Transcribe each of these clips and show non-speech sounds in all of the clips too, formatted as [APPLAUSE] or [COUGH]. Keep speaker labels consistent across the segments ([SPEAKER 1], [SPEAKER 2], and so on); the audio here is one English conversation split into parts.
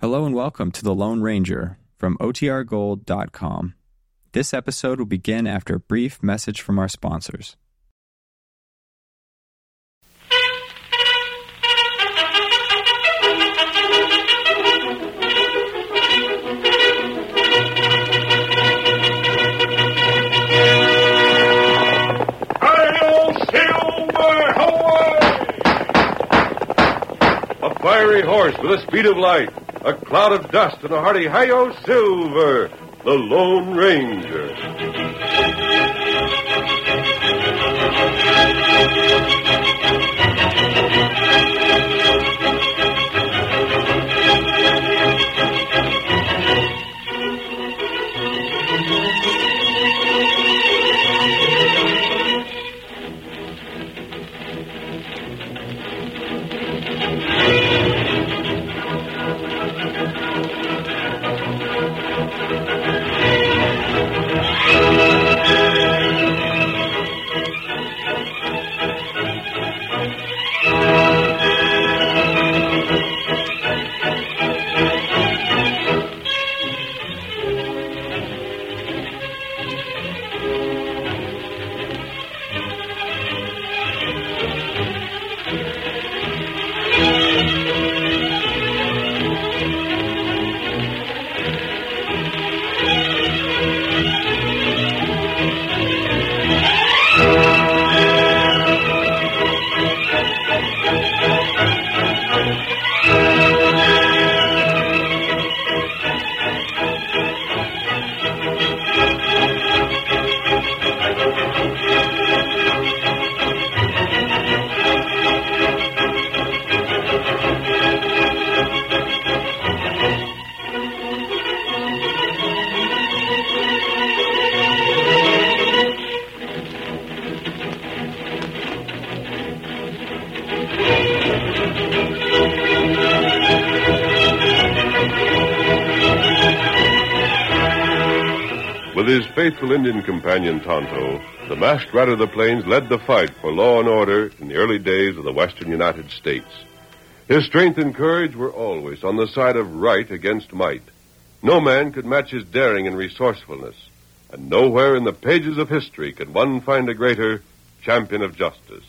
[SPEAKER 1] Hello and welcome to The Lone Ranger from OTRGold.com. This episode will begin after a brief message from our sponsors.
[SPEAKER 2] Hail Silver A fiery horse with a speed of light, a cloud of dust, and a hearty Hail Silver, the Lone Ranger. With his faithful Indian companion Tonto, the masked rat of the plains led the fight for law and order in the early days of the western United States. His strength and courage were always on the side of right against might. No man could match his daring and resourcefulness, and nowhere in the pages of history could one find a greater champion of justice.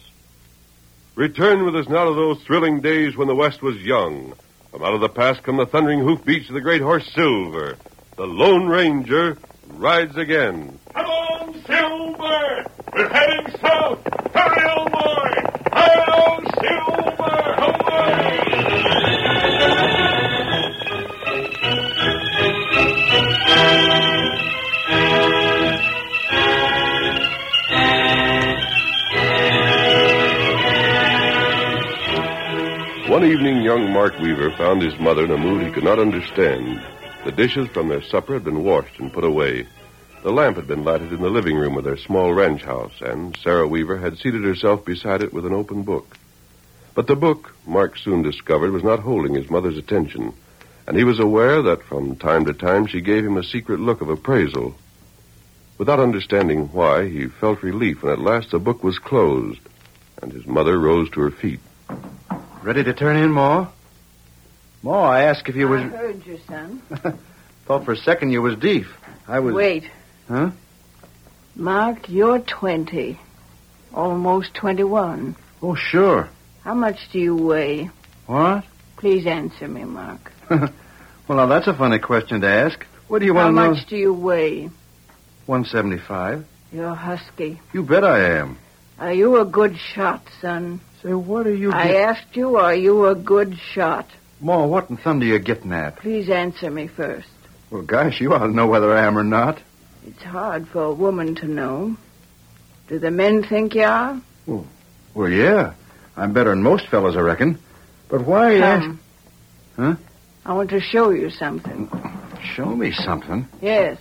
[SPEAKER 2] Return with us now to those thrilling days when the West was young. From out of the past come the thundering hoofbeats of the great horse Silver, the Lone Ranger, rides again.
[SPEAKER 3] Come on, Silver! We're heading south! Hurry, old boy! Hurry, old Silver! Away!
[SPEAKER 2] One evening, young Mark Weaver found his mother in a mood he could not understand. The dishes from their supper had been washed and put away. The lamp had been lighted in the living room of their small ranch house, and Sarah Weaver had seated herself beside it with an open book. But the book, Mark soon discovered, was not holding his mother's attention, and he was aware that from time to time she gave him a secret look of appraisal. Without understanding why, he felt relief when at last the book was closed, and his mother rose to her feet.
[SPEAKER 4] Ready to turn in, Ma? Ma, I asked if you
[SPEAKER 5] I
[SPEAKER 4] was.
[SPEAKER 5] heard you, son.
[SPEAKER 4] Thought for a second you was deaf. I was.
[SPEAKER 5] Wait.
[SPEAKER 4] Huh?
[SPEAKER 5] Mark, you're 20. Almost 21.
[SPEAKER 4] Oh, sure.
[SPEAKER 5] How much do you weigh?
[SPEAKER 4] What?
[SPEAKER 5] Please answer me, Mark.
[SPEAKER 4] Well, now that's a funny question to ask. What do you
[SPEAKER 5] How
[SPEAKER 4] want to know?
[SPEAKER 5] much do you weigh?
[SPEAKER 4] 175.
[SPEAKER 5] You're husky.
[SPEAKER 4] You bet I am.
[SPEAKER 5] Are you a good shot, son?
[SPEAKER 4] Say, what are you.
[SPEAKER 5] I
[SPEAKER 4] get-
[SPEAKER 5] asked you, are you a good shot?
[SPEAKER 4] Ma, what in thunder you getting at?
[SPEAKER 5] Please answer me first.
[SPEAKER 4] Well, gosh, you ought to know whether I am or not.
[SPEAKER 5] It's hard for a woman to know. Do the men think you are?
[SPEAKER 4] Well, yeah. I'm better than most fellas, I reckon. But why are you
[SPEAKER 5] Come.
[SPEAKER 4] Huh?
[SPEAKER 5] I want to show you something.
[SPEAKER 4] ask- Show me something.
[SPEAKER 5] Yes,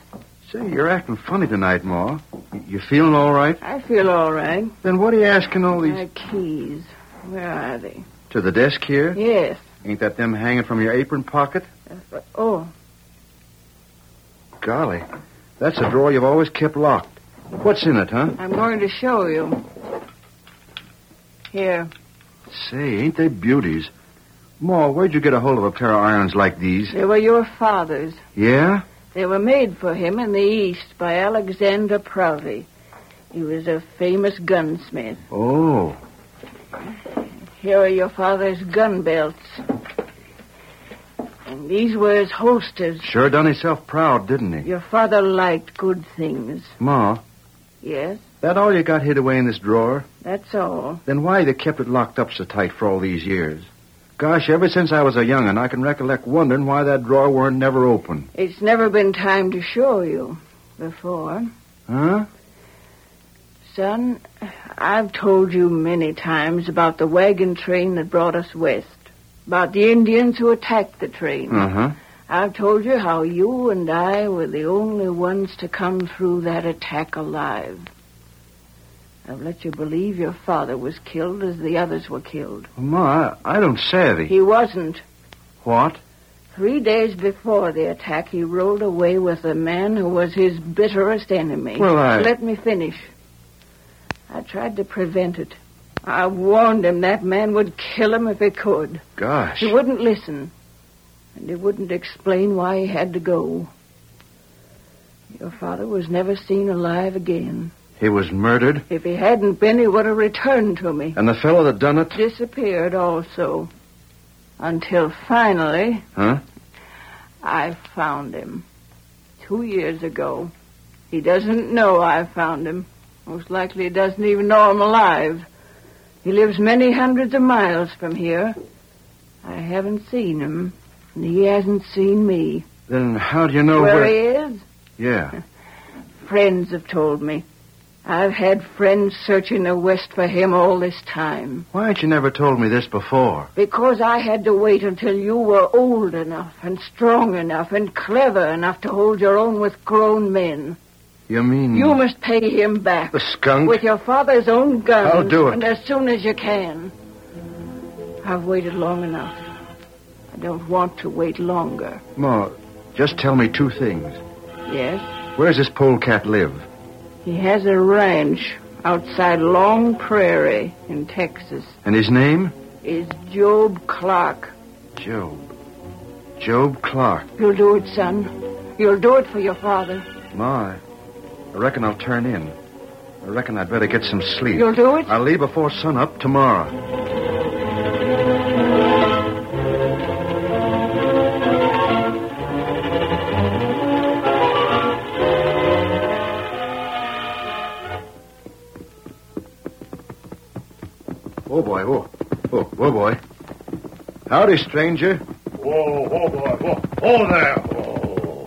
[SPEAKER 4] Say, you're acting funny tonight, Ma. Y- You feeling all right?
[SPEAKER 5] I feel all right.
[SPEAKER 4] Then what are you asking all these.
[SPEAKER 5] My keys. Where are they?
[SPEAKER 4] To the desk here?
[SPEAKER 5] Yes.
[SPEAKER 4] Ain't that them hanging from your apron pocket?
[SPEAKER 5] But, oh,
[SPEAKER 4] Golly, that's a drawer you've always kept locked. What's in it, huh?
[SPEAKER 5] I'm going to show you. Here,
[SPEAKER 4] Say, ain't they beauties? Ma, where'd you get a hold of a pair of irons like these?
[SPEAKER 5] They were your father's.
[SPEAKER 4] Yeah?
[SPEAKER 5] They were made for him in the East by Alexander Prouty. He was a famous gunsmith.
[SPEAKER 4] Oh.
[SPEAKER 5] Here are your father's gun belts. And these were his holsters.
[SPEAKER 4] Sure done himself proud, didn't he?
[SPEAKER 5] Your father liked good things.
[SPEAKER 4] Ma,
[SPEAKER 5] Yes,
[SPEAKER 4] that all you got hid away in this drawer?
[SPEAKER 5] that's all.
[SPEAKER 4] Then why they kept it locked up so tight for all these years? Gosh, ever since I was a young'un, I can recollect wondering why that drawer weren't never open.
[SPEAKER 5] It's never been time to show you before.
[SPEAKER 4] Huh?
[SPEAKER 5] Son, I've told you many times about the wagon train that brought us west, about the Indians who attacked the train.
[SPEAKER 4] Uh-huh.
[SPEAKER 5] I've told you how you and I were the only ones to come through that attack alive. I've let you believe your father was killed as the others were killed.
[SPEAKER 4] Ma, I, I don't savvy.
[SPEAKER 5] He wasn't.
[SPEAKER 4] What?
[SPEAKER 5] Three days before the attack, he rolled away with a man who was his bitterest enemy.
[SPEAKER 4] Well, I-
[SPEAKER 5] Let me finish. I tried to prevent it. I warned him that man would kill him if he could.
[SPEAKER 4] Gosh.
[SPEAKER 5] He wouldn't listen, and he wouldn't explain why he had to go. Your father was never seen alive again.
[SPEAKER 4] He was murdered,
[SPEAKER 5] If he hadn't been, he would have returned to me.
[SPEAKER 4] and the fellow that done it...
[SPEAKER 5] Disappeared also. Until finally.
[SPEAKER 4] Huh?
[SPEAKER 5] I found him. Two years ago. He doesn't know I found him. Most likely he doesn't even know I'm alive. He lives many hundreds of miles from here. I haven't seen him, and he hasn't seen me.
[SPEAKER 4] Then how do you know
[SPEAKER 5] where
[SPEAKER 4] where...
[SPEAKER 5] he is?
[SPEAKER 4] Yeah.
[SPEAKER 5] Friends have told me. I've had friends searching the West for him all this time.
[SPEAKER 4] Why ain't you never told me this before?
[SPEAKER 5] Because I had to wait until you were old enough and strong enough and clever enough to hold your own with grown men.
[SPEAKER 4] You mean...
[SPEAKER 5] You must pay him back.
[SPEAKER 4] Hmm. The skunk?
[SPEAKER 5] With your father's own gun.
[SPEAKER 4] I'll do it.
[SPEAKER 5] And as soon as you can. I've waited long enough. I don't want to wait longer.
[SPEAKER 4] Ma, just tell me two things.
[SPEAKER 5] Yes?
[SPEAKER 4] Where's this polecat live?
[SPEAKER 5] He has a ranch outside Long Prairie in Texas.
[SPEAKER 4] And his name?
[SPEAKER 5] Is Job Clark.
[SPEAKER 4] Job. Job Clark.
[SPEAKER 5] You'll do it, son. You'll do it for your father.
[SPEAKER 4] Ma, I reckon I'll turn in. I reckon I'd better get some sleep.
[SPEAKER 5] You'll do it?
[SPEAKER 4] I'll leave before sunup tomorrow. Oh, boy. Oh, oh, oh, boy. Howdy, stranger.
[SPEAKER 6] Whoa, whoa, boy, whoa. Oh, there. Whoa.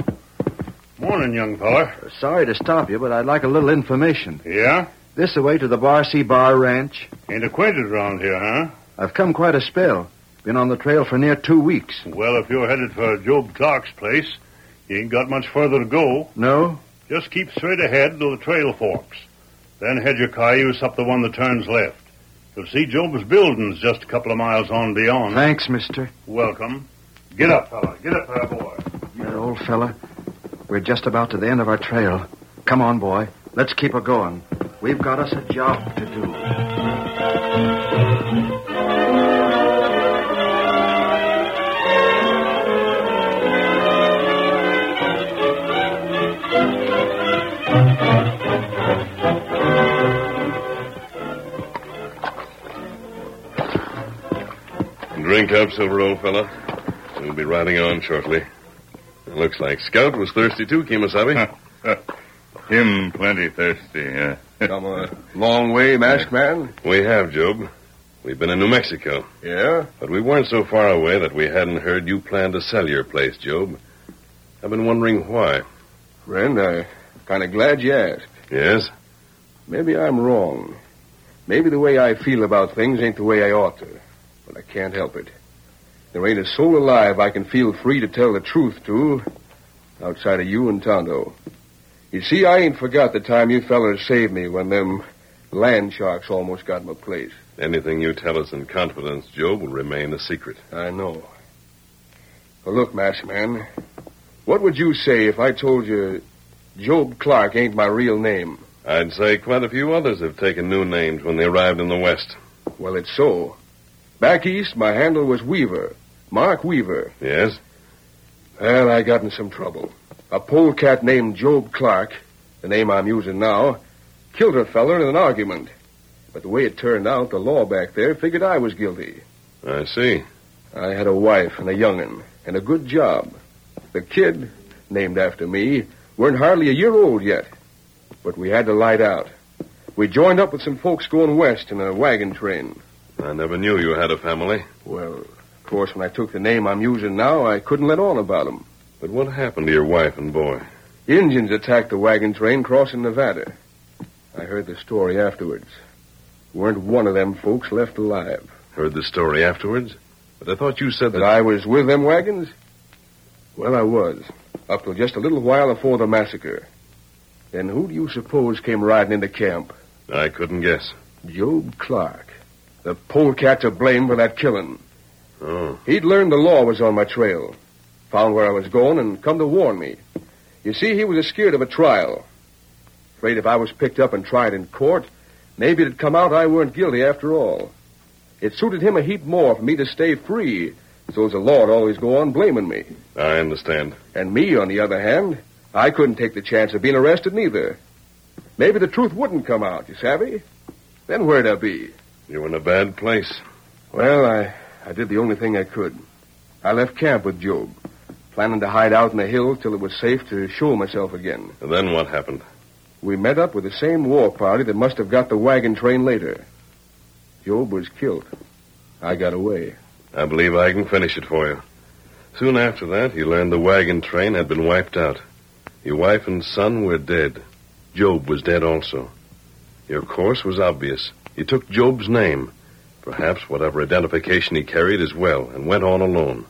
[SPEAKER 6] Morning, young fella.
[SPEAKER 4] Sorry to stop you, but I'd like a little information.
[SPEAKER 6] Yeah?
[SPEAKER 4] This away to the Bar C Bar Ranch.
[SPEAKER 6] Ain't acquainted around here, huh?
[SPEAKER 4] I've come quite a spell. Been on the trail for near two weeks.
[SPEAKER 6] Well, if you're headed for Job Clark's place, you ain't got much further to go.
[SPEAKER 4] No?
[SPEAKER 6] Just keep straight ahead till the trail forks. Then head your cayuse up the one that turns left. You'll see Job's buildings just a couple of miles on beyond.
[SPEAKER 4] Thanks, mister.
[SPEAKER 6] Welcome. Get up, fella. Get up there, boy.
[SPEAKER 4] That old fella. We're just about to the end of our trail. Come on, boy. Let's keep her going. We've got us a job to do.
[SPEAKER 2] Drink up, Silver Old Fella. We'll be riding on shortly. It looks like Scout was thirsty too, Kimasabi.
[SPEAKER 7] Him plenty thirsty, huh?
[SPEAKER 8] Come a long way, masked man.
[SPEAKER 2] we have, Job. We've been in New Mexico,
[SPEAKER 8] Yeah?
[SPEAKER 2] but we weren't so far away that we hadn't heard you planned to sell your place, Job. I've been wondering why.
[SPEAKER 8] Friend, i kind of glad you asked.
[SPEAKER 2] Yes?
[SPEAKER 8] Maybe I'm wrong. Maybe the way I feel about things ain't the way I ought to. But I can't help it. There ain't a soul alive I can feel free to tell the truth to outside of you and Tonto. You see, I ain't forgot the time you fellers saved me when them land sharks almost got my place.
[SPEAKER 2] Anything you tell us in confidence, Job, will remain a secret.
[SPEAKER 8] I know. Well, look, masked man, what would you say if I told you Job Clark ain't my real name?
[SPEAKER 2] I'd say quite a few others have taken new names when they arrived in the West.
[SPEAKER 8] Well, it's so. Back east, my handle was Weaver.
[SPEAKER 4] Mark Weaver.
[SPEAKER 2] Yes?
[SPEAKER 4] Well, I got in some trouble. A polecat named Job Clark, the name I'm using now, killed a feller in an argument. But the way it turned out, the law back there figured I was guilty.
[SPEAKER 2] I see.
[SPEAKER 4] I had a wife and a young'un and a good job. The kid, named after me, weren't hardly a year old yet. But we had to light out. We joined up with some folks going west in a wagon train.
[SPEAKER 2] I never knew you had a family.
[SPEAKER 4] Well, of course, when I took the name I'm using now, I couldn't let on about 'em.
[SPEAKER 2] But what happened to your wife and boy?
[SPEAKER 4] Indians attacked the wagon train crossing Nevada. I heard the story afterwards. Weren't one of them folks left alive.
[SPEAKER 2] Heard the story afterwards? But I thought you said
[SPEAKER 4] That I was with them wagons? Well, I was. Up till just a little while before the massacre. Then who do you suppose came riding into camp?
[SPEAKER 2] I couldn't guess.
[SPEAKER 4] Job Clark. The polecat to blame for that killing.
[SPEAKER 2] Oh,
[SPEAKER 4] He'd learned the law was on my trail. Found where I was going and come to warn me. You see, he was scared of a trial. Afraid if I was picked up and tried in court, maybe it'd come out I weren't guilty after all. It suited him a heap more for me to stay free, so's the law'd always go on blaming me.
[SPEAKER 2] I understand.
[SPEAKER 4] And me, on the other hand, I couldn't take the chance of being arrested neither. Maybe the truth wouldn't come out, you savvy? Then where'd I be?
[SPEAKER 2] You were in a bad place.
[SPEAKER 4] Well, I, I did the only thing I could. I left camp with Job, planning to hide out in the hills till it was safe to show myself again.
[SPEAKER 2] And then what happened?
[SPEAKER 4] We met up with the same war party that must have got the wagon train later. Job was killed. I got away.
[SPEAKER 2] I believe I can finish it for you. Soon after that, you learned the wagon train had been wiped out. Your wife and son were dead. Job was dead also. Your course was obvious. You took Job's name, perhaps whatever identification he carried as well, and went on alone.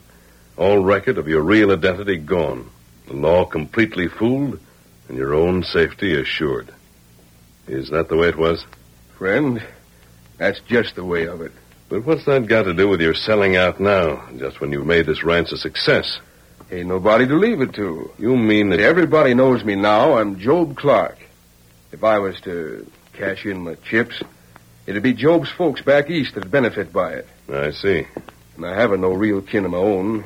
[SPEAKER 2] All record of your real identity gone. The law completely fooled, and your own safety assured. Is that the way it was?
[SPEAKER 4] Friend, that's just the way of it.
[SPEAKER 2] But what's that got to do with your selling out now, just when you've made this ranch a success?
[SPEAKER 4] Ain't nobody to leave it to.
[SPEAKER 2] You mean that
[SPEAKER 4] But everybody knows me now. I'm Job Clark. If I was to cash in my chips, it'd be Job's folks back east that'd benefit by it.
[SPEAKER 2] I see.
[SPEAKER 4] and I haven't no real kin of my own.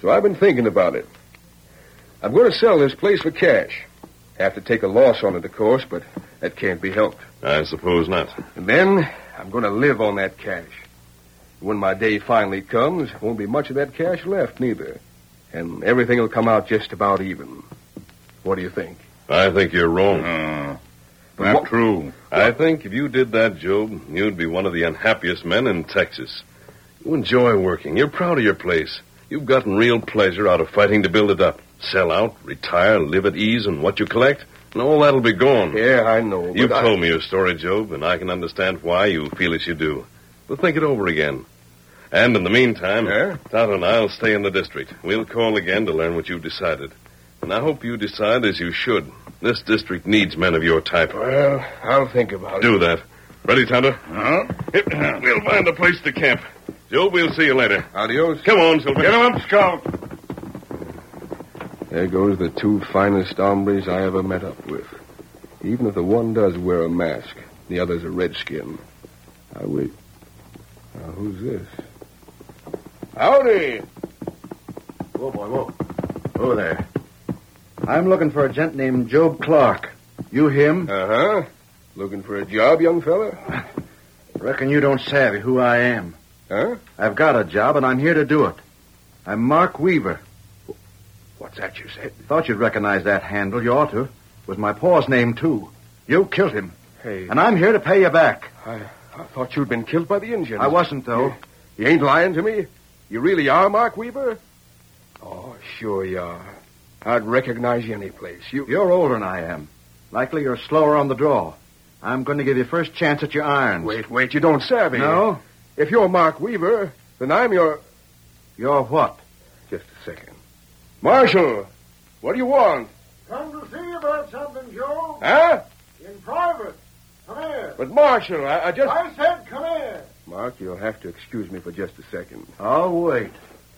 [SPEAKER 4] So I've been thinking about it. I'm going to sell this place for cash. Have to take a loss on it, of course, but that can't be helped.
[SPEAKER 2] I suppose not.
[SPEAKER 4] And then I'm going to live on that cash. When my day finally comes, won't be much of that cash left, neither. And everything will come out just about even. What do you think?
[SPEAKER 2] I think you're wrong.
[SPEAKER 6] Oh,
[SPEAKER 4] But
[SPEAKER 6] not
[SPEAKER 4] what-
[SPEAKER 6] true.
[SPEAKER 2] I think if you did that, Job, you'd be one of the unhappiest men in Texas. You enjoy working. You're proud of your place. You've gotten real pleasure out of fighting to build it up. Sell out, retire, live at ease on what you collect, and all that'll be gone.
[SPEAKER 4] Yeah, I know.
[SPEAKER 2] You've
[SPEAKER 4] but I-
[SPEAKER 2] told me your story, Job, and I can understand why you feel as you do. But think it over again. And in the meantime,
[SPEAKER 4] Yeah?
[SPEAKER 2] Tonto and I'll stay in the district. We'll call again to learn what you've decided. And I hope you decide as you should. This district needs men of your type.
[SPEAKER 4] Well, Uh-huh. I'll think about it.
[SPEAKER 2] Do that. Ready, Tonto?
[SPEAKER 6] Huh?
[SPEAKER 2] Yep. We'll find a place to camp. Job, we'll see you later.
[SPEAKER 4] Adios.
[SPEAKER 2] Come on, Silver. Get him up, Scout.
[SPEAKER 4] There goes the two finest hombres I ever met up with. Even if the one does wear a mask, the other's a redskin. I wait. Now, who's this? Howdy!
[SPEAKER 9] Whoa, boy, whoa.
[SPEAKER 4] Oh, there.
[SPEAKER 9] I'm looking for a gent named Job Clark. You him?
[SPEAKER 4] Uh huh. Looking for a job, young fella?
[SPEAKER 9] Reckon you don't savvy who I am.
[SPEAKER 4] Huh?
[SPEAKER 9] I've got a job, and I'm here to do it. I'm Mark Weaver.
[SPEAKER 4] What's that you said?
[SPEAKER 9] Thought you'd recognize that handle. You ought to. Was my paw's name, too. You killed him,
[SPEAKER 4] Hey,
[SPEAKER 9] and I'm here to pay you back.
[SPEAKER 4] I thought you'd been killed by the Indians.
[SPEAKER 9] I wasn't, though.
[SPEAKER 4] You ain't lying to me? You really are Mark Weaver? Oh, sure you are. I'd recognize you any place. You.
[SPEAKER 9] You're older than I am. Likely you're slower on the draw. I'm going to give you first chance at your irons.
[SPEAKER 4] Wait, wait, you don't savvy.
[SPEAKER 9] No?
[SPEAKER 4] If you're Mark Weaver, then I'm your.
[SPEAKER 9] You're what?
[SPEAKER 4] Just a second. Marshal, what do you want?
[SPEAKER 9] Come to see about something, Joe.
[SPEAKER 4] Huh?
[SPEAKER 9] In private. Come here.
[SPEAKER 4] But, Marshal, I, I just.
[SPEAKER 9] said come here.
[SPEAKER 4] Mark, you'll have to excuse me for just a second.
[SPEAKER 9] I'll wait.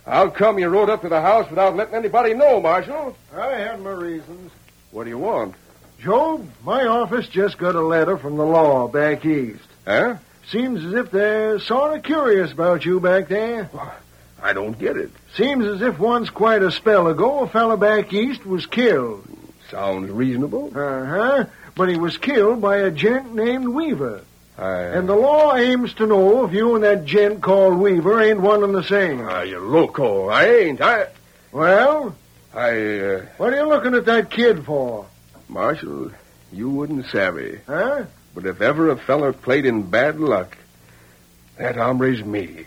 [SPEAKER 4] How come you rode up to the house without letting anybody know, Marshal?
[SPEAKER 9] I had my reasons.
[SPEAKER 4] What do you want?
[SPEAKER 9] Job, my office just got a letter from the law back east.
[SPEAKER 4] Huh?
[SPEAKER 9] Seems as if they're sort of curious about you back there.
[SPEAKER 4] I don't get it.
[SPEAKER 10] Seems as if once quite a spell ago, a fella back east was killed.
[SPEAKER 4] Sounds reasonable.
[SPEAKER 10] Uh huh. But he was killed by a gent named Weaver.
[SPEAKER 4] I,
[SPEAKER 10] And the law aims to know if you and that gent called Weaver ain't one and the same.
[SPEAKER 4] Ah, you loco. I ain't. I.
[SPEAKER 10] Well,
[SPEAKER 4] I. Uh,
[SPEAKER 10] what are you looking at that kid for?
[SPEAKER 4] Marshal, you wouldn't savvy.
[SPEAKER 10] Huh?
[SPEAKER 4] But if ever a feller played in bad luck, that hombre's me.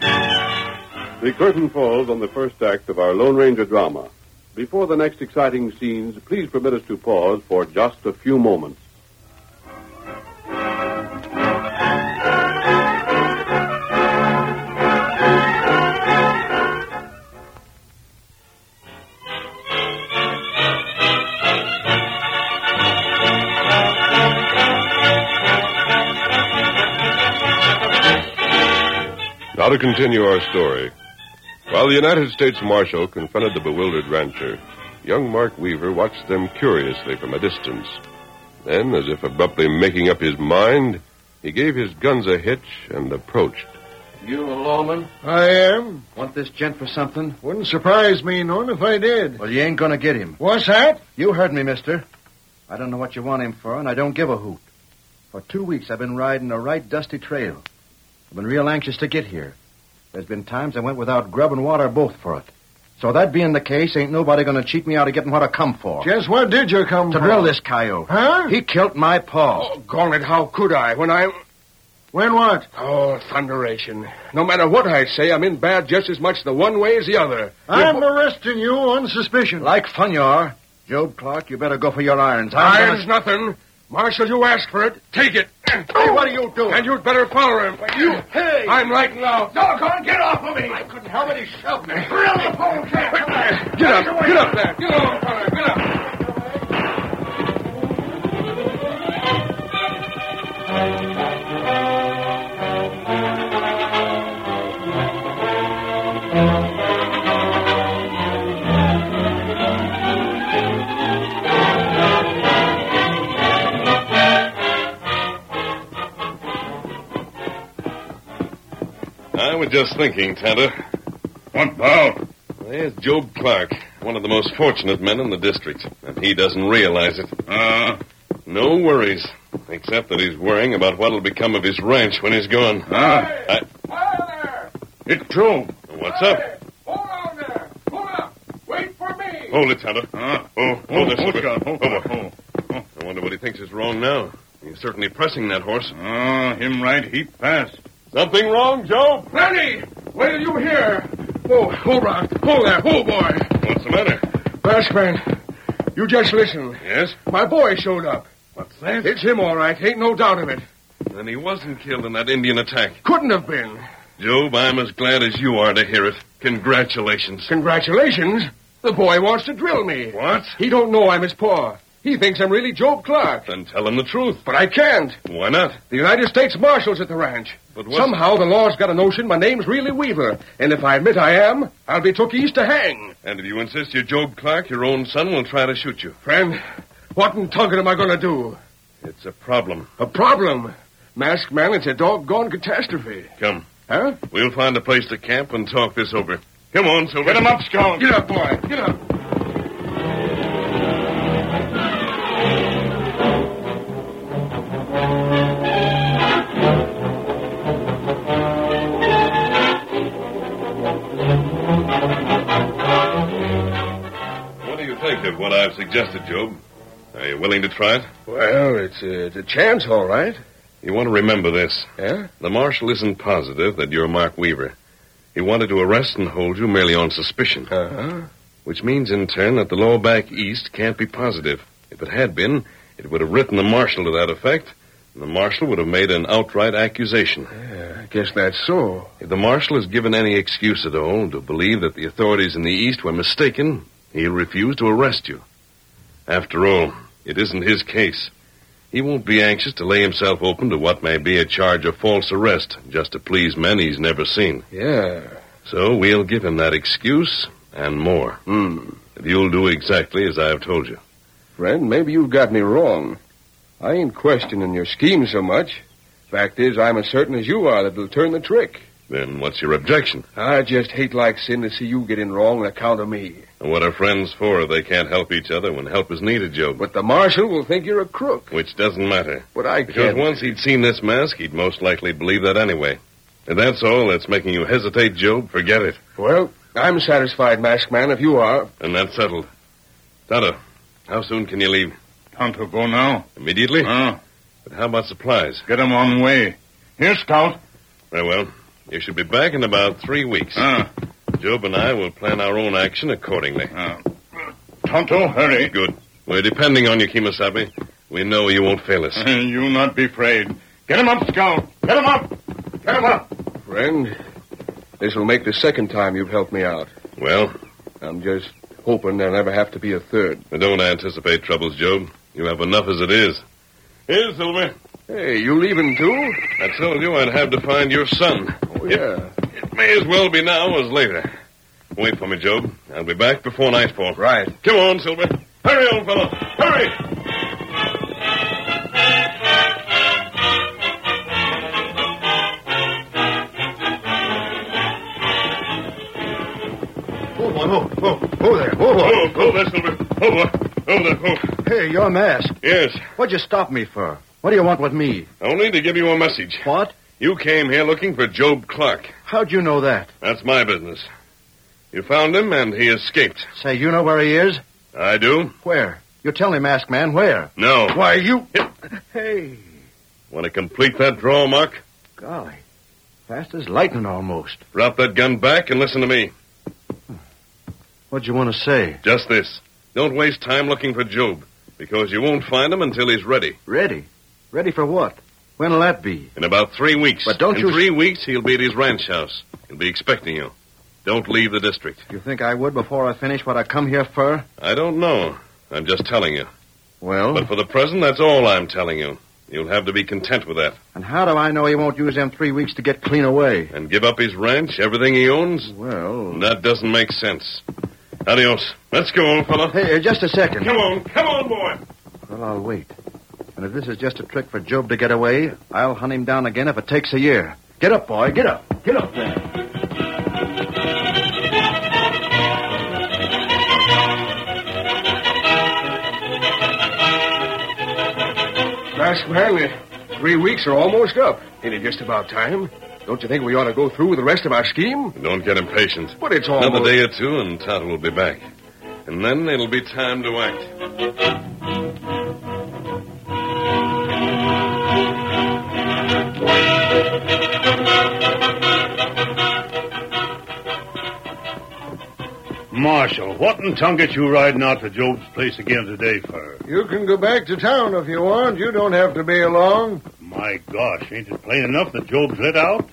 [SPEAKER 6] The curtain falls on the first act of our Lone Ranger drama. Before the next exciting scenes, please permit us to pause for just a few moments. Now to continue our story. While the United States Marshal confronted the bewildered rancher, young Mark Weaver watched them curiously from a distance. Then, as if abruptly making up his mind, he gave his guns a hitch and approached.
[SPEAKER 11] You a lawman?
[SPEAKER 10] I am.
[SPEAKER 11] Want this gent for something?
[SPEAKER 10] Wouldn't surprise me none if I did.
[SPEAKER 11] Well, you ain't gonna get him.
[SPEAKER 10] What's that?
[SPEAKER 11] You heard me, mister. I don't know what you want him for, and I don't give a hoot. For two weeks, I've been riding a right dusty trail. I've been real anxious to get here. There's been times I went without grub and water both for it. So that being the case, ain't nobody gonna cheat me out of getting what I come for.
[SPEAKER 10] Just what did you come
[SPEAKER 11] to
[SPEAKER 10] for?
[SPEAKER 11] drill this coyote.
[SPEAKER 10] Huh?
[SPEAKER 11] He killed my paw.
[SPEAKER 4] Gone it, how could I when I'm.
[SPEAKER 10] When what?
[SPEAKER 4] Oh, thunderation. No matter what I say, I'm in bad just as much the one way as the other.
[SPEAKER 10] I'm arresting you on suspicion.
[SPEAKER 11] Like fun you are. Job Clark, you better go for your irons. I'm
[SPEAKER 4] Iron's nothing. Marshal, you asked for it. Take it.
[SPEAKER 11] what are you doing?
[SPEAKER 4] And you'd better follow him. You. Hey. I'm lighting out. Doggone, get off of me. I couldn't help it. He shoved me. Really, polecat. Get up. Get up there. Get along, fella. Get up.
[SPEAKER 2] I was just thinking, Tonto. What about? There's Job Clark, one of the most fortunate men in the district, and he doesn't realize it.
[SPEAKER 6] Uh-huh.
[SPEAKER 2] Uh, no worries, except that he's worrying about what'll become of his ranch when he's gone.
[SPEAKER 6] Ah.
[SPEAKER 2] I,
[SPEAKER 12] Hi there!
[SPEAKER 2] it's Job. What's up?
[SPEAKER 12] Hold on there! Pull up! Wait for me!
[SPEAKER 2] Hold it, Tonto. oh, hold this. Hold hold I wonder what he thinks is wrong now. He's certainly pressing that horse. Ah, him right heap fast. Something wrong, Joe?
[SPEAKER 4] Plenty! Wait till you hear. Whoa, hold on. Hold there. Hold, boy.
[SPEAKER 2] What's the matter?
[SPEAKER 4] Bash man, you just listen.
[SPEAKER 2] Yes?
[SPEAKER 4] My boy showed up.
[SPEAKER 2] What's that?
[SPEAKER 4] It's him, all right. Ain't no doubt of it.
[SPEAKER 2] Then he wasn't killed in that Indian attack.
[SPEAKER 4] Couldn't have been.
[SPEAKER 2] Job, I'm as glad as you are to hear it. Congratulations.
[SPEAKER 4] Congratulations. The boy wants to drill me.
[SPEAKER 2] What?
[SPEAKER 4] He don't know I'm his paw. He thinks I'm really Job Clark.
[SPEAKER 2] Then tell him the truth.
[SPEAKER 4] But I can't.
[SPEAKER 2] Why not?
[SPEAKER 4] The United States Marshal's at the ranch.
[SPEAKER 2] But what's-
[SPEAKER 4] Somehow the law's got a notion my name's really Weaver. And if I admit I am, I'll be took east to hang.
[SPEAKER 2] And if you insist you're Job Clark, your own son will try to shoot you.
[SPEAKER 4] Friend, what in Tonkin am I going to do?
[SPEAKER 2] It's a problem.
[SPEAKER 4] A problem. Masked man, it's a doggone catastrophe.
[SPEAKER 2] Come.
[SPEAKER 4] Huh?
[SPEAKER 2] We'll find a place to camp and talk this over. Come on, Silver. Get him up, Scott.
[SPEAKER 4] Get up, boy. Get up.
[SPEAKER 2] What do you think of what I've suggested, Job? Are you willing to try it?
[SPEAKER 4] Well, it's a, it's a chance, all right.
[SPEAKER 2] You want to remember this.
[SPEAKER 4] Yeah?
[SPEAKER 2] The marshal isn't positive that you're Mark Weaver. He wanted to arrest and hold you merely on suspicion,
[SPEAKER 4] Uh-huh.
[SPEAKER 2] which means in turn that the law back east can't be positive. If it had been, it would have written the marshal to that effect, and the marshal would have made an outright accusation.
[SPEAKER 4] Yeah, I guess that's so.
[SPEAKER 2] If the marshal is given any excuse at all to believe that the authorities in the east were mistaken, he'll refuse to arrest you. After all, it isn't his case. He won't be anxious to lay himself open to what may be a charge of false arrest just to please men he's never seen.
[SPEAKER 4] Yeah.
[SPEAKER 2] So we'll give him that excuse and more.
[SPEAKER 4] Hmm.
[SPEAKER 2] If you'll do exactly as I've told you.
[SPEAKER 4] Friend, maybe you've got me wrong. I ain't questioning your scheme so much
[SPEAKER 13] Fact is, I'm as certain as you are that it'll turn the trick.
[SPEAKER 2] Then what's your objection?
[SPEAKER 13] I just hate like sin to see you get in wrong on account of me.
[SPEAKER 2] And What are friends for if they can't help each other when help is needed, Job?
[SPEAKER 13] But the marshal will think you're a crook.
[SPEAKER 2] Which doesn't matter.
[SPEAKER 13] But I
[SPEAKER 2] Because
[SPEAKER 13] can't.
[SPEAKER 2] once he'd seen this mask, he'd most likely believe that anyway. If that's all that's making you hesitate, Job, forget it.
[SPEAKER 13] Well, I'm satisfied, Masked Man, if you are.
[SPEAKER 2] And that's settled. Tonto, how soon can you leave?
[SPEAKER 6] Tonto, go now.
[SPEAKER 2] Immediately?
[SPEAKER 6] Uh,
[SPEAKER 2] But how about supplies?
[SPEAKER 6] get him on the way. Here, Scout. [LAUGHS]
[SPEAKER 2] Very well. You should be back in about three weeks.
[SPEAKER 6] Uh,
[SPEAKER 2] Job and I will plan our own action accordingly.
[SPEAKER 6] uh. Tonto, hurry.
[SPEAKER 2] Good. We're depending on you, Kimasabi. We know you won't fail us.
[SPEAKER 6] Uh, you not be afraid. Get him up, Scout. Get him up. Get him up.
[SPEAKER 13] Friend, this will make the second time you've helped me out.
[SPEAKER 2] Well,
[SPEAKER 13] I'm just hoping there'll never have to be a third.
[SPEAKER 2] we don't anticipate troubles, Job. You have enough as it is. Here, Silver.
[SPEAKER 13] Hey, you leaving too?
[SPEAKER 2] I told you I'd have to find your son.
[SPEAKER 13] Oh, yeah.
[SPEAKER 2] It may as well be now as later. Wait for me, Job. I'll be back before nightfall.
[SPEAKER 13] Right.
[SPEAKER 2] Come on, Silver. Hurry, old fellow. Hurry!
[SPEAKER 4] Oh, boy, oh, oh, oh there. Oh, boy.
[SPEAKER 2] Oh, oh, there, Silver. Oh, boy. Oh, there. Oh.
[SPEAKER 4] Hey, you're masked.
[SPEAKER 2] Yes.
[SPEAKER 14] What'd you stop me for? What do you want with me?
[SPEAKER 2] Only to give you a message.
[SPEAKER 14] What?
[SPEAKER 2] You came here looking for Job Clark.
[SPEAKER 14] How'd you know that?
[SPEAKER 2] That's my business. You found him, and he escaped.
[SPEAKER 14] Say, you know where he is?
[SPEAKER 2] I do?
[SPEAKER 14] Where? You tell me, Masked Man, where?
[SPEAKER 2] No.
[SPEAKER 14] Why, you. Hey.
[SPEAKER 2] Want to complete that draw, Mark?
[SPEAKER 14] Golly. Fast as lightning, almost.
[SPEAKER 2] Drop that gun back and listen to me.
[SPEAKER 14] What'd you want to say?
[SPEAKER 2] Just this. Don't waste time looking for Job, because you won't find him until he's ready.
[SPEAKER 14] Ready. Ready for what? When'll that be?
[SPEAKER 2] In about three weeks.
[SPEAKER 14] But don't
[SPEAKER 2] In
[SPEAKER 14] you-
[SPEAKER 2] three weeks, he'll be at his ranch house. He'll be expecting you. Don't leave the district.
[SPEAKER 14] You think I would before I finish what I come here for?
[SPEAKER 2] I don't know. I'm just telling you.
[SPEAKER 14] Well,
[SPEAKER 2] But for the present, that's all I'm telling you. You'll have to be content with that
[SPEAKER 14] and how do I know he won't use them three weeks to get clean away?
[SPEAKER 2] and give up his ranch, everything he owns.
[SPEAKER 14] Well.
[SPEAKER 2] That doesn't make sense. Adios. Let's go, old fellow.
[SPEAKER 14] Hey, uh, just a second.
[SPEAKER 2] Come on, come on, boy.
[SPEAKER 14] Well, I'll wait. And if this is just a trick for Job to get away, I'll hunt him down again if it takes a year. Get up, boy. Get up. Get up there.
[SPEAKER 13] Masked Man, the three weeks are almost up. Ain't it just about time? Don't you think we ought to go through with the rest of our scheme?
[SPEAKER 2] Don't get impatient.
[SPEAKER 13] But it's almost...
[SPEAKER 2] Another day or two, and Tonto will be back. And then it'll be time to act.
[SPEAKER 6] Marshal, what in tonguet you riding out to Job's place again today for?
[SPEAKER 4] You can go back to town if you want. You don't have to be along.
[SPEAKER 6] My gosh, ain't it plain enough that Job's let out?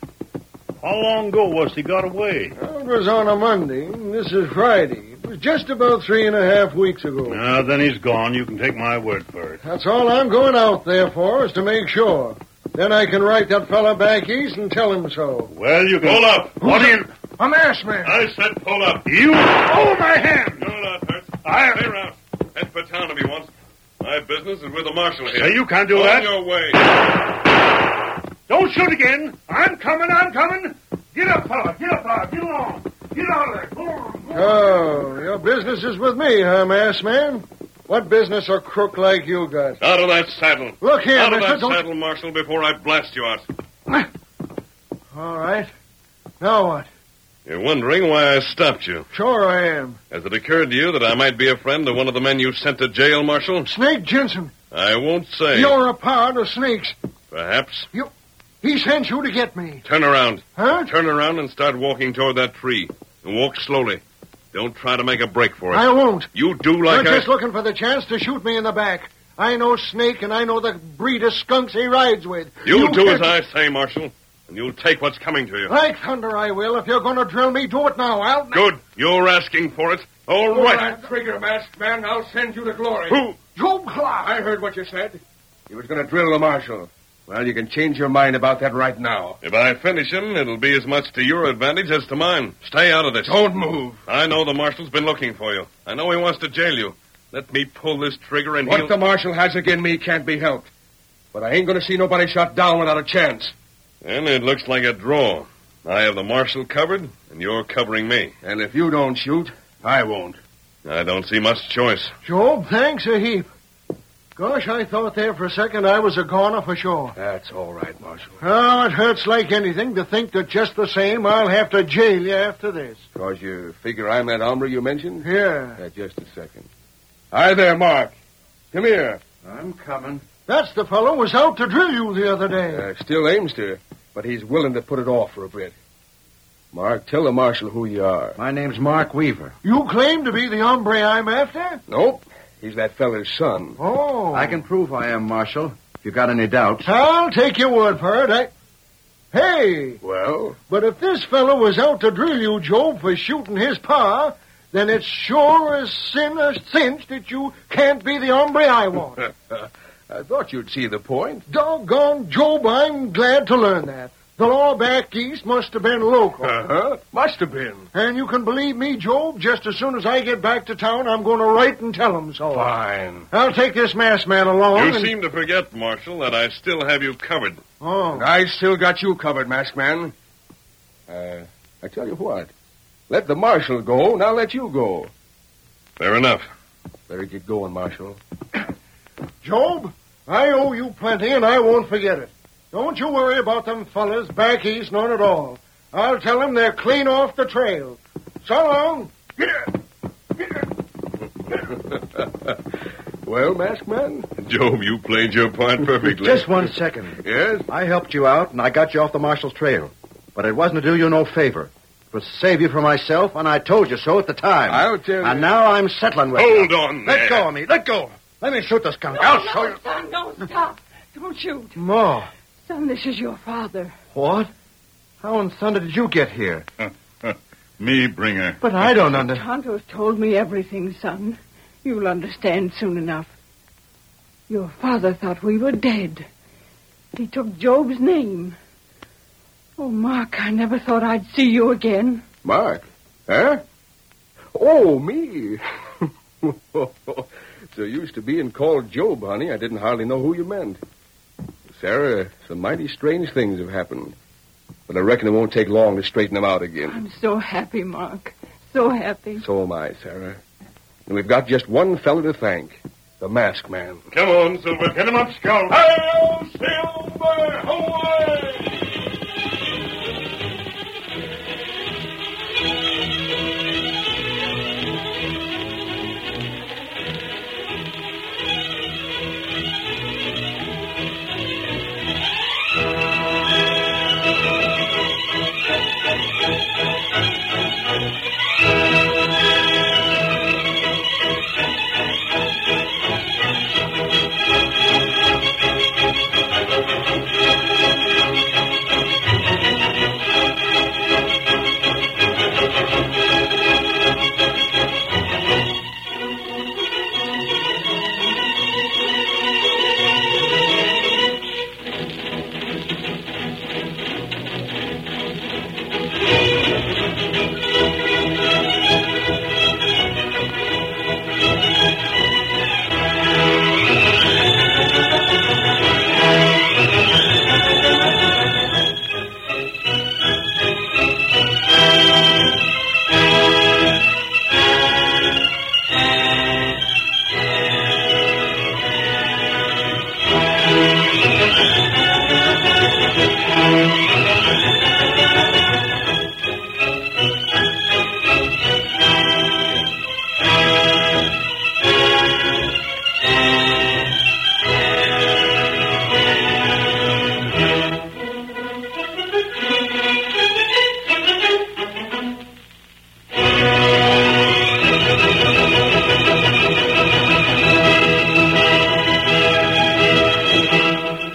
[SPEAKER 6] How long ago was he got away?
[SPEAKER 4] Well, It was on a Monday, and this is Friday. It was just about three and a half weeks
[SPEAKER 2] Oh.
[SPEAKER 4] ago.
[SPEAKER 6] Now, then he's gone. You can take my word for it.
[SPEAKER 4] That's all I'm going out there for, is to make sure. Then I can write that fella back east and tell him so.
[SPEAKER 6] Well, you can.
[SPEAKER 2] Hold up.
[SPEAKER 6] What do you.
[SPEAKER 4] I'm ass man.
[SPEAKER 2] I said pull up.
[SPEAKER 6] You. Oh, my hand!
[SPEAKER 2] No, that hurts. I clear out. Head for town if you want. My business is with the marshal here.
[SPEAKER 6] Say, you can't do
[SPEAKER 2] On
[SPEAKER 6] that.
[SPEAKER 2] your way.
[SPEAKER 6] Don't shoot again. I'm coming, I'm coming. Get up, fella. Get up, fella. Get along. Get out of there. Go on. Go on.
[SPEAKER 4] Oh, your business is with me, huh, masked man? What business a crook like you got?
[SPEAKER 2] Out of that saddle.
[SPEAKER 4] Look here,
[SPEAKER 2] out of
[SPEAKER 4] mister.
[SPEAKER 2] that
[SPEAKER 4] don't-
[SPEAKER 2] saddle, Marshal, before I blast you out.
[SPEAKER 4] All right. Now what?
[SPEAKER 2] You're wondering why I stopped you.
[SPEAKER 4] Sure I am.
[SPEAKER 2] Has it occurred to you that I might be a friend of one of the men you sent to jail, Marshal?
[SPEAKER 4] Snake Jensen.
[SPEAKER 2] I won't say.
[SPEAKER 4] You're a pound of snakes.
[SPEAKER 2] Perhaps.
[SPEAKER 4] He sent you to get me.
[SPEAKER 2] Turn around.
[SPEAKER 4] Huh?
[SPEAKER 2] Turn around and start walking toward that tree. And walk slowly. Don't try to make a break for it.
[SPEAKER 4] I won't.
[SPEAKER 2] You do like
[SPEAKER 4] You're
[SPEAKER 2] I...
[SPEAKER 4] just looking for the chance to shoot me in the back. I know Snake, and I know the breed of skunks he rides with.
[SPEAKER 2] You, do as
[SPEAKER 4] pick-
[SPEAKER 2] I say, Marshal, and you'll take what's coming to you.
[SPEAKER 4] Like thunder, I will. If you're going to drill me, do it now. I'll.
[SPEAKER 2] Good. You're asking for it. All right.
[SPEAKER 13] trigger, masked man. I'll send you to glory.
[SPEAKER 2] Who?
[SPEAKER 4] Job Clark.
[SPEAKER 13] I heard what you said. He was going to drill the marshal. Well, you can change your mind about that right now.
[SPEAKER 2] If I finish him, it'll be as much to your advantage as to mine. Stay out of this.
[SPEAKER 13] Don't move.
[SPEAKER 2] I know the marshal's been looking for you. I know he wants to jail you. Let me pull this trigger and
[SPEAKER 13] What
[SPEAKER 2] he'll...
[SPEAKER 13] the marshal has against me can't be helped.
[SPEAKER 2] But I ain't going to see nobody shot down without a chance.
[SPEAKER 6] And it looks like a draw. I have the marshal covered, and you're covering me.
[SPEAKER 2] And if you don't shoot, I won't.
[SPEAKER 6] I don't see much choice.
[SPEAKER 4] Job, thanks a heap. Gosh, I thought there for a second I was a goner for sure.
[SPEAKER 2] That's all right, Marshal.
[SPEAKER 4] Oh, it hurts like anything to think that just the same I'll have to jail you after this.
[SPEAKER 2] Because you figure I'm that hombre you mentioned?
[SPEAKER 4] Yeah.
[SPEAKER 2] Yeah, just a second. Hi there, Mark. Come here.
[SPEAKER 15] I'm coming.
[SPEAKER 4] That's the fellow who was out to drill you the other day.
[SPEAKER 2] Uh, still aims to, but he's willing to put it off for a bit. Mark, tell the marshal who you are.
[SPEAKER 15] My name's Mark Weaver.
[SPEAKER 4] You claim to be the hombre I'm after?
[SPEAKER 2] Nope. He's that feller's son.
[SPEAKER 4] Oh.
[SPEAKER 15] I can prove I am, Marshal. If you got any doubts.
[SPEAKER 4] I'll take your word for it. I... Hey,
[SPEAKER 2] Well?
[SPEAKER 4] but if this fellow was out to drill you, Job, for shooting his pa, then it's sure as sin as cinch that you can't be the hombre I want.
[SPEAKER 2] [LAUGHS] I thought you'd see the point.
[SPEAKER 4] Doggone Job, I'm glad to learn that. The law back east must have been local.
[SPEAKER 2] huh. Uh-huh. Must have been.
[SPEAKER 4] and you can believe me, Job, just as soon as I get back to town, I'm going to write and tell him so.
[SPEAKER 2] Fine.
[SPEAKER 4] I'll take this masked man along.
[SPEAKER 6] You
[SPEAKER 4] and...
[SPEAKER 6] seem to forget, Marshal, that I still have you covered.
[SPEAKER 4] Oh.
[SPEAKER 2] I still got you covered, masked man. Uh, I tell you what. Let the marshal go, and I'll let you go.
[SPEAKER 6] Fair enough.
[SPEAKER 2] Better get going, Marshal.
[SPEAKER 4] Job, I owe you plenty, and I won't forget it. Don't you worry about them fellas back east, none at all. I'll tell them they're clean off the trail. So long.
[SPEAKER 2] Well, masked man?
[SPEAKER 6] Job, you played your part perfectly.
[SPEAKER 15] Just one second.
[SPEAKER 2] Yes?
[SPEAKER 15] I helped you out, and I got you off the marshal's trail. But it wasn't to do you no favor. It was to save you from myself, and I told you so at the time.
[SPEAKER 2] I'll tell
[SPEAKER 15] And
[SPEAKER 2] you.
[SPEAKER 15] now I'm settling with you.
[SPEAKER 6] Hold on there.
[SPEAKER 15] Let go of me. Let go. Let me shoot this skunk. I'll show you.
[SPEAKER 5] Son, don't stop. Don't shoot.
[SPEAKER 15] Ma.
[SPEAKER 5] Son, this is your father.
[SPEAKER 15] What? How in thunder did you get here?
[SPEAKER 16] Me bring her.
[SPEAKER 15] But I don't under.
[SPEAKER 5] Tonto's told me everything, son. You'll understand soon enough. Your father thought we were dead. He took Job's name. Oh, Mark, I never thought I'd see you again.
[SPEAKER 2] Mark? Huh? Oh, me. [LAUGHS] so used to being called Job, honey. I didn't hardly know who you meant. Sarah, some mighty strange things have happened. But I reckon it won't take long to straighten them out again.
[SPEAKER 5] I'm so happy, Mark. So happy.
[SPEAKER 2] So am I, Sarah. And we've got just one fella to thank. The masked man.
[SPEAKER 6] Come on, Silver. Hit him up, Scout.
[SPEAKER 17] Hail, Silver! Away!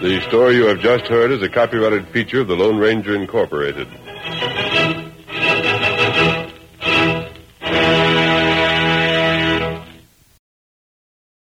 [SPEAKER 18] The story you have just heard is a copyrighted feature of the Lone Ranger Incorporated.